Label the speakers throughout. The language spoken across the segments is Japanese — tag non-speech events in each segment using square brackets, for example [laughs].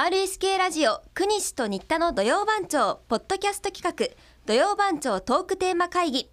Speaker 1: RSK ラジオ国西と新田の土曜番長ポッドキャスト企画土曜番長トークテーマ会議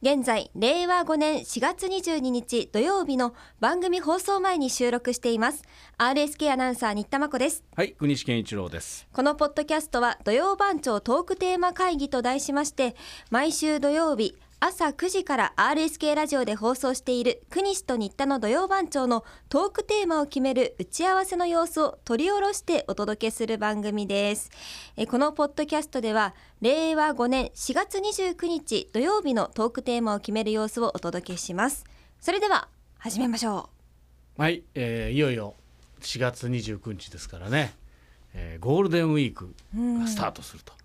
Speaker 1: 現在令和5年4月22日土曜日の番組放送前に収録しています RSK アナウンサー新田真子です
Speaker 2: はい、国西健一郎です。
Speaker 1: このポッドキャストは土曜番長トークテーマ会議と題しまして毎週土曜日朝9時から RSK ラジオで放送している国西と新田の土曜番長のトークテーマを決める打ち合わせの様子を取り下ろしてお届けする番組です。えこのポッドキャストでは令和5年4月29日土曜日のトークテーマを決める様子をお届けします。それでは始めましょ。
Speaker 2: はい、えーいよいよ4月29日ですからね、えーゴールデンウィークがスタートするというう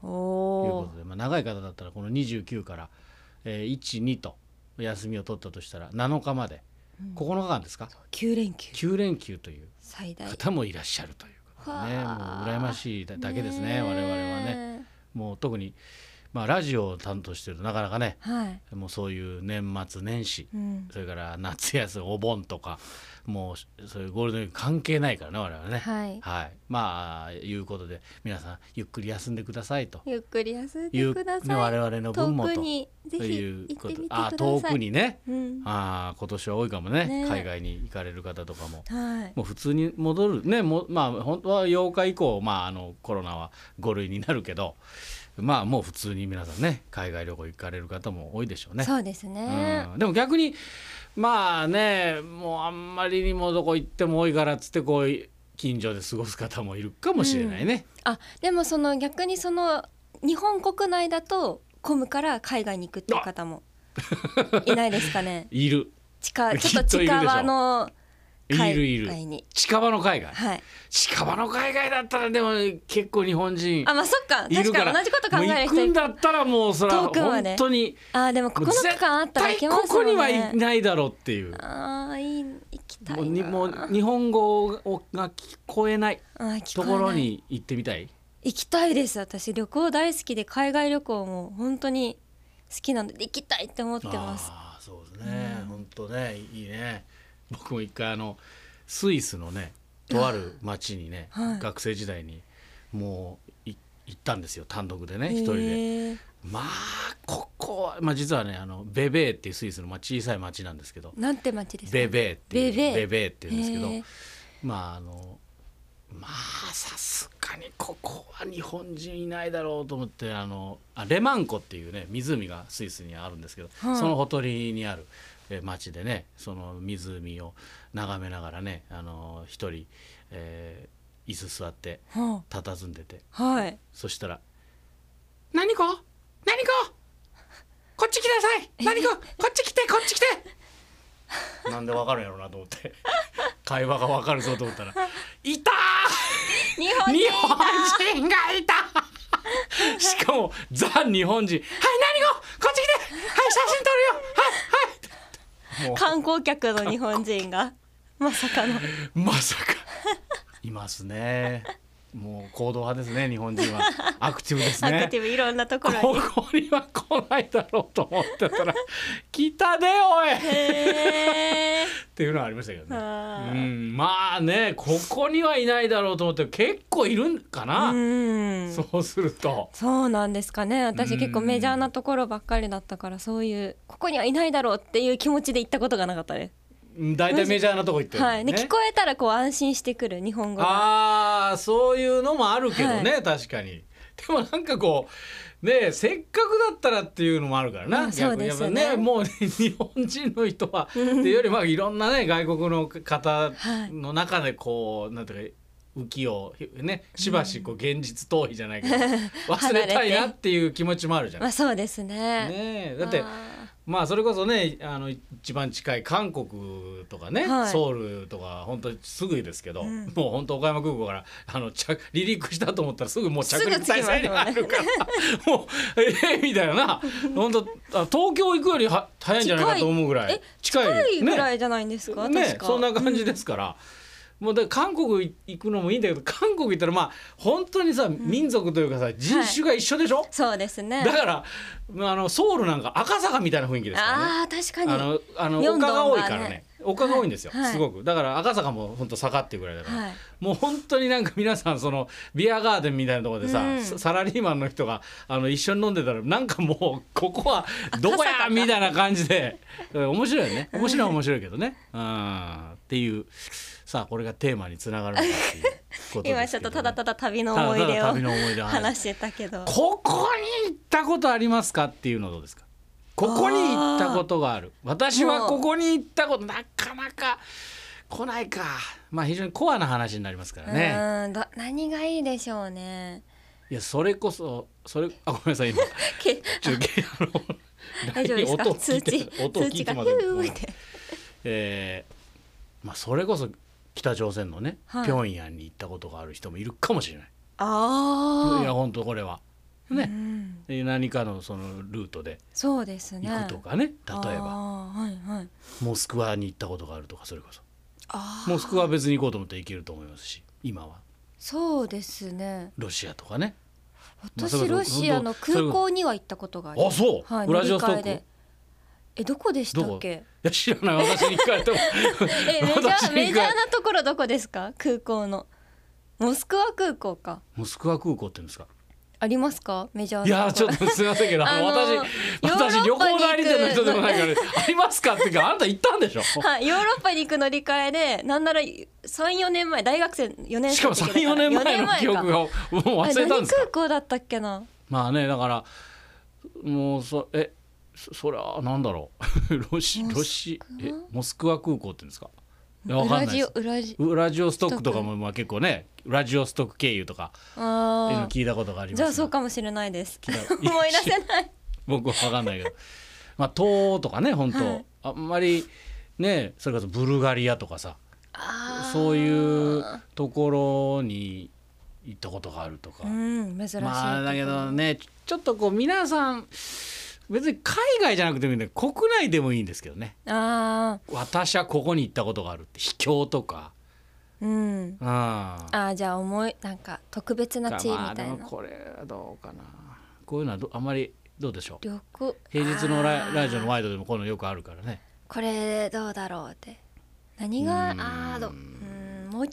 Speaker 1: お
Speaker 2: ことで、まあ、長い方だったらこの29から、えー1、2と休みを取ったとしたら7日まで9日間ですか、
Speaker 1: 9連休
Speaker 2: 9連休という
Speaker 1: 最大
Speaker 2: 方もいらっしゃるということでね、もう
Speaker 1: はあ
Speaker 2: 羨ましいだだけですね我々はね。
Speaker 1: ね
Speaker 2: もう特に、まあ、ラジオを担当してるとなかなかね
Speaker 1: え。はい。
Speaker 2: もうそういう年末年始
Speaker 1: うん。
Speaker 2: それから夏休みお盆とかもうそういうゴールデンウィーク関係ないからね我々はね。
Speaker 1: はい。
Speaker 2: まあいうことで皆さんゆっくり休んでくださいと
Speaker 1: ゆっくり休ん
Speaker 2: い
Speaker 1: で
Speaker 2: う、
Speaker 1: くだ
Speaker 2: ね、
Speaker 1: さ
Speaker 2: 我
Speaker 1: い。
Speaker 2: 々の分
Speaker 1: 遠
Speaker 2: もと
Speaker 1: くにぜ
Speaker 2: とい
Speaker 1: ひ
Speaker 2: う
Speaker 1: 行って
Speaker 2: こ
Speaker 1: み
Speaker 2: と
Speaker 1: てくだ
Speaker 2: あ
Speaker 1: さい。
Speaker 2: 遠く。にね
Speaker 1: うん。は
Speaker 2: あー今年は多いかもね
Speaker 1: ね
Speaker 2: 海外に行かれる方とかも。
Speaker 1: い。
Speaker 2: もう普通に戻るねもうまあ本当は8日以降、まあ、あのコロナは5類になるけどまあもう普通に皆さんね海外旅行行かれる方も多いでしょうね。
Speaker 1: そうですね。
Speaker 2: うんでも逆にまあねもうあんまりにもどこ行っても多いからっつってこう近所で過ごす方もいるかもしれないね。。
Speaker 1: あ、でもその逆にその日本国内だと混むから海外に行くっていう方もいないですかね
Speaker 2: いる
Speaker 1: 近ちょっ
Speaker 2: きっ
Speaker 1: と
Speaker 2: といるでしょ
Speaker 1: 近場の
Speaker 2: いる
Speaker 1: 海
Speaker 2: いる
Speaker 1: 外に。
Speaker 2: 近場の海外
Speaker 1: はい。
Speaker 2: 近場の海外だったらでも結構日本人
Speaker 1: あ、まあそっか。
Speaker 2: いる
Speaker 1: 確
Speaker 2: か
Speaker 1: からに同じこと考える
Speaker 2: もう行くん
Speaker 1: 人。
Speaker 2: だったらもうそれは
Speaker 1: 遠くまで
Speaker 2: 本当に
Speaker 1: あ、でもここの
Speaker 2: もう
Speaker 1: 区間あったら行
Speaker 2: 絶
Speaker 1: け
Speaker 2: 対
Speaker 1: ま
Speaker 2: こ
Speaker 1: すよ
Speaker 2: こ
Speaker 1: ね。
Speaker 2: にはいないだろうっていう。
Speaker 1: ああ、いい行きた
Speaker 2: もう
Speaker 1: い
Speaker 2: に
Speaker 1: な。
Speaker 2: もう日本語が聞こえない
Speaker 1: あー聞こ
Speaker 2: と
Speaker 1: えない
Speaker 2: ころに行ってみたい
Speaker 1: 行きたいです私旅行大好きで海外旅行も本当に好きなので行きたいって思ってます
Speaker 2: ああそうですね、本当ねいいね僕も一回あのスイスのねとある町にね、
Speaker 1: はい
Speaker 2: 学生時代にもうい行ったんですよ単独でね
Speaker 1: へ
Speaker 2: 一人で
Speaker 1: ー
Speaker 2: まあここは、まあ、実はねあのベベーっていうスイスの、まあ、小さい町なんですけど
Speaker 1: なんて町ですか
Speaker 2: ベベーっていう
Speaker 1: ベベー
Speaker 2: ベベーっていうんですけど
Speaker 1: へー
Speaker 2: まああのまあさすがにここは日本人いないだろうと思ってあのあレマン湖っていうね湖がスイスにあるんですけど、
Speaker 1: はい
Speaker 2: そのほとりにあるえ町でねその湖を眺めながらねあの一人、えー椅子座って
Speaker 1: は
Speaker 2: 佇んでて
Speaker 1: あはい
Speaker 2: そしたら「何か何かこっち来なさい何かこっち来てこっち来て!」なんでわかるんやろうなと思って会話がわかるぞと思ったら「いた
Speaker 1: 日
Speaker 2: ー
Speaker 1: 本
Speaker 2: 日
Speaker 1: 人
Speaker 2: 本人がいた!」しかもザ日本人「はい何かこっち来てはい写真撮るよはいはい!」もう
Speaker 1: 観光客の日本人が [laughs] まさかの
Speaker 2: まさかいますねもう行動派ですね日本人はアクティブです
Speaker 1: ア
Speaker 2: ね
Speaker 1: クティブいろんなところ
Speaker 2: こ
Speaker 1: に
Speaker 2: こには来ないだろうと思っ
Speaker 1: [laughs]
Speaker 2: てたら「来たでおい!」っ
Speaker 1: へー
Speaker 2: ていうのはありましたけど
Speaker 1: あ
Speaker 2: ね。う
Speaker 1: ー
Speaker 2: ん、まあねここにはいないだろうと思って結構いるんかな、
Speaker 1: うん
Speaker 2: そうすると
Speaker 1: そうなんですかね私
Speaker 2: うん
Speaker 1: 結構メジャーなところばっかりだったからそういうここにはいないだろうっていう気持ちで行ったことがなかったです
Speaker 2: うん大体メジャーなとこ行ってるもん
Speaker 1: はい、で聞こえたらこう安心してくる日本語が。
Speaker 2: あーそういうのもあるけどね、確かにでもなんかこうねせっかくだったらっていうのもあるからな、
Speaker 1: うん
Speaker 2: 逆に
Speaker 1: そうですよね
Speaker 2: やっぱもう、ね、日本人の人
Speaker 1: [laughs]
Speaker 2: はっていうよりまあいろんなね外国の方の中でこうなんていうか浮世をねしばしこう現実逃避じゃ
Speaker 1: [laughs]
Speaker 2: ないけど忘れたいなっていう気持ちもあるじゃ
Speaker 1: ま
Speaker 2: ない。
Speaker 1: あそうですね。
Speaker 2: ねえだって
Speaker 1: あ
Speaker 2: まあそれこそねあの一番近い韓国とかね、
Speaker 1: はい
Speaker 2: ソウルとか本当すぐですけど、
Speaker 1: うん
Speaker 2: もう本当岡山空港からあの着離陸したと思ったらすぐもう着
Speaker 1: すぐ
Speaker 2: 陸
Speaker 1: 着きますよね
Speaker 2: 体制にあるから [laughs] もうええみたいな本当あ東京行くよりは早いんじゃないかと思うぐらい
Speaker 1: え近いぐら
Speaker 2: ね
Speaker 1: いじゃないんですか、
Speaker 2: ね
Speaker 1: 確か。
Speaker 2: そんな感じですから、もうだから韓国行くのもいいんだけど韓国行ったらまあ本当にさ民族というかさ、人種が一緒でしょ、
Speaker 1: そうですね。
Speaker 2: だからまああのソウルなんか赤坂みたいな雰囲気ですからね。
Speaker 1: ああ確かに。
Speaker 2: あのあの
Speaker 1: 明洞
Speaker 2: 丘
Speaker 1: がね
Speaker 2: が多いからね丘が多いんですよ、
Speaker 1: はいはい
Speaker 2: すごくだから赤坂も本当坂っていうぐらいだから、
Speaker 1: はい
Speaker 2: もう本当になんか皆さんそのビアガーデンみたいなところでさ、
Speaker 1: うん
Speaker 2: ササラリーマンの人があの一緒に飲んでたらなんかもうここは
Speaker 1: [laughs]
Speaker 2: どこやみたいな感じでうん面白いよね面白いは面白いけどねうんっていうさあこれがテーマにつながるのかっていうことですけど
Speaker 1: [laughs]
Speaker 2: ね、
Speaker 1: 今ちょっとただただ旅の
Speaker 2: ただ
Speaker 1: 思い
Speaker 2: た
Speaker 1: 出
Speaker 2: だ
Speaker 1: を
Speaker 2: 旅の思い出を
Speaker 1: 話してたけど
Speaker 2: ここに行ったことありますかっていうのどうですかここに行ったことがある私はここに行ったことなかなか来ないかまあ非常にコアな話になりますからね、
Speaker 1: うんだ何がいいでしょうね
Speaker 2: いやそれこそそれあごめんなさい今 [laughs]
Speaker 1: け
Speaker 2: ちょっとあ
Speaker 1: [laughs]
Speaker 2: の
Speaker 1: 大丈夫です
Speaker 2: 音を
Speaker 1: か
Speaker 2: 聞
Speaker 1: 通
Speaker 2: いて
Speaker 1: 知
Speaker 2: 音を
Speaker 1: 通
Speaker 2: 聞
Speaker 1: 知
Speaker 2: いて
Speaker 1: が
Speaker 2: ま
Speaker 1: ヒ
Speaker 2: で
Speaker 1: ューって
Speaker 2: えーまあそれこそ北朝鮮のね、
Speaker 1: はい
Speaker 2: 平壌に行ったことがある人もいるかもしれないいや
Speaker 1: あ
Speaker 2: 本当これは
Speaker 1: あ、
Speaker 2: ね
Speaker 1: うん
Speaker 2: で何かのそのルートで
Speaker 1: そうですね
Speaker 2: 行くとかね例えば
Speaker 1: あーはいはい
Speaker 2: モスクワに行ったことがあるとかそれこそ
Speaker 1: あー
Speaker 2: モスクワは別に行こうと思って行けると思いますし今は
Speaker 1: そうですね
Speaker 2: ロシアとかねまあそれこ
Speaker 1: 私
Speaker 2: そ
Speaker 1: ロシアの空港には行ったことがあります
Speaker 2: あそう
Speaker 1: はい、
Speaker 2: ウラジオスト
Speaker 1: 乗
Speaker 2: ッ
Speaker 1: り換えで
Speaker 2: ク
Speaker 1: えどこでした
Speaker 2: ど
Speaker 1: っ
Speaker 2: こ
Speaker 1: け
Speaker 2: いや知らない私に聞かれても
Speaker 1: え
Speaker 2: [laughs]
Speaker 1: メジャ
Speaker 2: 私
Speaker 1: ーメ
Speaker 2: に
Speaker 1: ジャ
Speaker 2: か
Speaker 1: ーなところどこですか空港のモスクワ空港か
Speaker 2: モスクワ空港って言うんですか
Speaker 1: ありますかメジャー
Speaker 2: いや
Speaker 1: な
Speaker 2: ー
Speaker 1: と
Speaker 2: ち
Speaker 1: こ
Speaker 2: ょ
Speaker 1: ろ
Speaker 2: っとすいませんけど、
Speaker 1: あのー
Speaker 2: 私私旅
Speaker 1: ヨーロッパに行
Speaker 2: 行
Speaker 1: く
Speaker 2: 代理店の人でもないからありますかってかあんた行ったんでしょ
Speaker 1: [laughs] はい、ヨーロッパに行く乗り換えでなんなら34年前大学生4年
Speaker 2: しかも
Speaker 1: 生の時だ
Speaker 2: 34
Speaker 1: ら
Speaker 2: 年前の記憶
Speaker 1: か
Speaker 2: がもう忘れたんです
Speaker 1: あれ
Speaker 2: か
Speaker 1: 何空港だったっけな
Speaker 2: まあねだからもうそえそそれはなんだろうロシロシえモスクワ空港って言うんですかいやわかん
Speaker 1: 裏
Speaker 2: ない
Speaker 1: 地
Speaker 2: で
Speaker 1: を
Speaker 2: す
Speaker 1: 裏地
Speaker 2: ウラジオストックとかもまあ結構ねウラジオストック経由とかっていうの
Speaker 1: あ
Speaker 2: 聞いたことがあり
Speaker 1: ー
Speaker 2: ます
Speaker 1: じ
Speaker 2: が
Speaker 1: ゃあそうかもしれないです
Speaker 2: 聞い
Speaker 1: [laughs]
Speaker 2: た
Speaker 1: 思い出せない
Speaker 2: 僕は分かんないけどまあ東欧とかね本当、
Speaker 1: はい
Speaker 2: あんまりねそれこそブルガリアとかさ
Speaker 1: あー
Speaker 2: [laughs] そういうところに行ったことがあるとか
Speaker 1: う。ん珍しい
Speaker 2: まあだけどねちょちょっとこう皆さん別に海外じゃなくてもいいんで国内でもいいんですけどね
Speaker 1: あ
Speaker 2: 私はここに行ったことがあるって秘境とか
Speaker 1: ーうん
Speaker 2: うんあ
Speaker 1: あーじゃあ重いなんか特別な地位み
Speaker 2: まあ
Speaker 1: た
Speaker 2: で
Speaker 1: い
Speaker 2: も
Speaker 1: な
Speaker 2: これはどうかなこういうのはどあんまりどうでしょう
Speaker 1: 旅行
Speaker 2: 平日の
Speaker 1: あ
Speaker 2: ラ
Speaker 1: ー
Speaker 2: ラジオのワイドでもこういうのよくあるからね
Speaker 1: これどうだろうって何があ
Speaker 2: うん
Speaker 1: ーどううんもう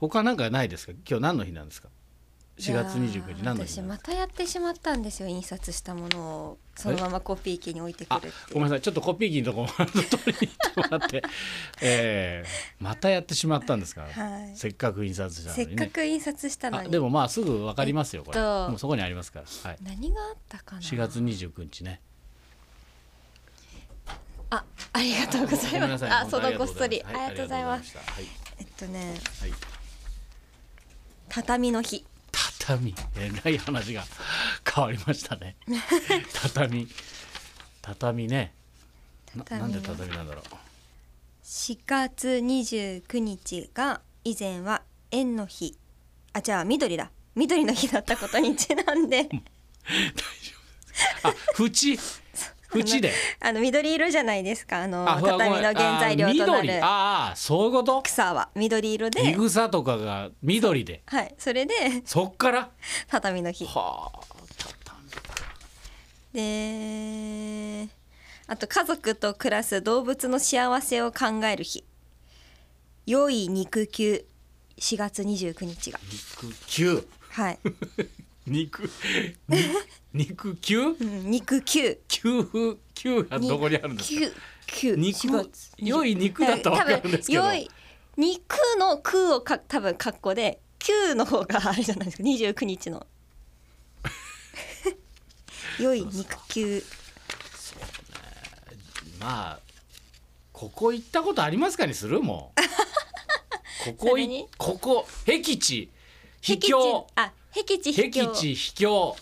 Speaker 2: 他なんかないですか今日何の日なんですか4月29日何の日
Speaker 1: 私
Speaker 2: なんで
Speaker 1: ますた
Speaker 2: か
Speaker 1: やってしまったんですよ印刷したものをそのままコピー機に置いてくる
Speaker 2: あ
Speaker 1: って
Speaker 2: ごめん
Speaker 1: いう
Speaker 2: なさいちょっとコピー機のとこも取りに行ってもらって、
Speaker 1: [laughs]
Speaker 2: えーまたやってしまったんですから、
Speaker 1: はい
Speaker 2: せっかく印刷した
Speaker 1: せ
Speaker 2: のに
Speaker 1: っ
Speaker 2: ね
Speaker 1: かく印刷したの
Speaker 2: あ
Speaker 1: に
Speaker 2: でもまあすぐわかりますよこれ、
Speaker 1: えっと
Speaker 2: もうそこにありますから、はい、
Speaker 1: 何があったかな
Speaker 2: 4月29日ね
Speaker 1: あありがとうござい
Speaker 2: ごめん
Speaker 1: ま
Speaker 2: な
Speaker 1: す
Speaker 2: さい
Speaker 1: あ
Speaker 2: 本
Speaker 1: そ
Speaker 2: 当
Speaker 1: のごっそりあ
Speaker 2: は
Speaker 1: りがとうございます
Speaker 2: ありがとうございまし
Speaker 1: えっとね
Speaker 2: たはい、はい
Speaker 1: 畳の日
Speaker 2: 畳えらい話が変わりまし
Speaker 1: [laughs]
Speaker 2: たね畳畳ねな
Speaker 1: 畳
Speaker 2: なんで
Speaker 1: の
Speaker 2: 畳なんだろう
Speaker 1: 4月29日が以前は円の日あじゃあ緑だ緑の日だったことにちなんで [laughs]
Speaker 2: あ縁 [laughs] 縁で
Speaker 1: あの [laughs] 緑色じゃないですかあの
Speaker 2: あ
Speaker 1: 畳の原材料とな
Speaker 2: あ緑
Speaker 1: る
Speaker 2: ああそういうこと
Speaker 1: 草は緑色
Speaker 2: い
Speaker 1: で、
Speaker 2: ぐさとかが緑で
Speaker 1: はい、それで [laughs]
Speaker 2: そっから
Speaker 1: 畳の日
Speaker 2: はあ畳
Speaker 1: であと家族と暮らす動物の幸せを考える日良い肉球4月29日が
Speaker 2: 肉球
Speaker 1: はい、
Speaker 2: 肉に [laughs] 肉球
Speaker 1: うん、肉球
Speaker 2: 球球がどこにあるんですか
Speaker 1: 肉球
Speaker 2: 肉
Speaker 1: 4月
Speaker 2: 良い肉だったらわかるんですけど
Speaker 1: 多分良い肉の空をか多分括弧で球の方があれじゃないですか29日
Speaker 2: [laughs]
Speaker 1: の良い肉球
Speaker 2: まあここ行ったことありますかにするも
Speaker 1: [laughs]
Speaker 2: うここ
Speaker 1: それ
Speaker 2: い
Speaker 1: に
Speaker 2: ここ僻地秘
Speaker 1: 僻地
Speaker 2: 境
Speaker 1: あ僻地
Speaker 2: 僻
Speaker 1: 秘境
Speaker 2: 地秘境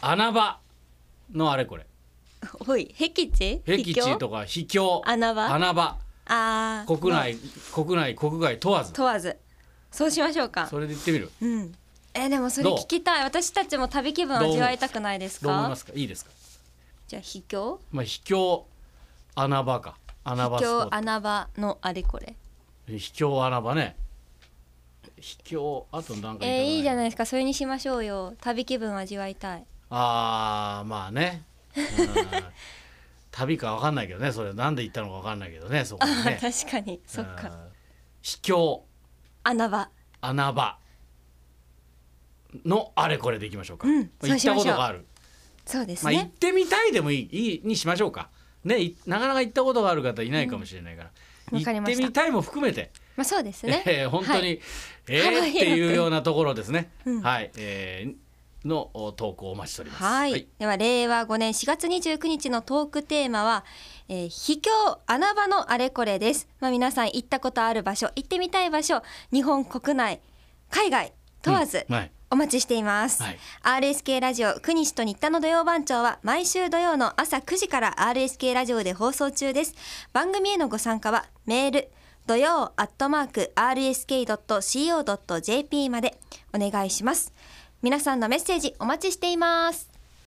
Speaker 2: 穴場のあれこれ
Speaker 1: おい僻地
Speaker 2: 僻地とか秘境
Speaker 1: 穴場
Speaker 2: 穴場
Speaker 1: あー
Speaker 2: 国
Speaker 1: まあ
Speaker 2: 内国内国外問わず
Speaker 1: 問わずそうしましょうか
Speaker 2: それで行ってみる
Speaker 1: うんえーでもそれ
Speaker 2: どう
Speaker 1: 聞きたい私たちも旅気分味わいたくないです
Speaker 2: どう思い
Speaker 1: か
Speaker 2: ますかいいですか
Speaker 1: じゃあ秘境
Speaker 2: まあ秘境穴場か穴場
Speaker 1: 秘
Speaker 2: スポッ
Speaker 1: 境
Speaker 2: ト
Speaker 1: 穴場のあれこれ
Speaker 2: 秘境穴場ね秘境あとなんか
Speaker 1: えーいいじゃない
Speaker 2: い
Speaker 1: ですかそれにしましょうよ旅気分味わいたい
Speaker 2: あーまあねうん旅かわかんないけどねそれなんで行ったのかわかんないけどねそ
Speaker 1: [laughs]
Speaker 2: こ
Speaker 1: あ
Speaker 2: にね
Speaker 1: ー確かにそっ
Speaker 2: う
Speaker 1: か
Speaker 2: ん秘境
Speaker 1: 穴場
Speaker 2: 穴場のあれこれでいきましょうか、
Speaker 1: うんそ
Speaker 2: 行
Speaker 1: う
Speaker 2: っ
Speaker 1: しましょ
Speaker 2: た
Speaker 1: う
Speaker 2: ことがある
Speaker 1: そうです
Speaker 2: まあ、行っ
Speaker 1: ね、
Speaker 2: てみたいでもいいいいにしましょうかねいなかなか行ったことがある方いないかもしれないから、
Speaker 1: うんわかり
Speaker 2: 行っ
Speaker 1: ましてた
Speaker 2: みたいも含めて、
Speaker 1: まあそうですね、
Speaker 2: えー本当に、
Speaker 1: はい
Speaker 2: えー
Speaker 1: 幅広
Speaker 2: っ
Speaker 1: く
Speaker 2: ていうようなところですね、
Speaker 1: うん
Speaker 2: はい、えーのお投稿をお待ちしております
Speaker 1: はい、では令和5年4月29日のトークテーマは、えー秘境穴場のあれこれです。まあ皆さん行ったことある場所、行ってみたい場所、日本国内、海外問わず
Speaker 2: うんはい
Speaker 1: お待ちしています。
Speaker 2: はい
Speaker 1: RSK ラジオ国西と新田の土曜番長は毎週土曜の朝9時から RSK ラジオで放送中です。番組へのご参加はメール土曜アットマーク RSK.CO.JP までお願いします。皆さんのメッセージお待ちしています。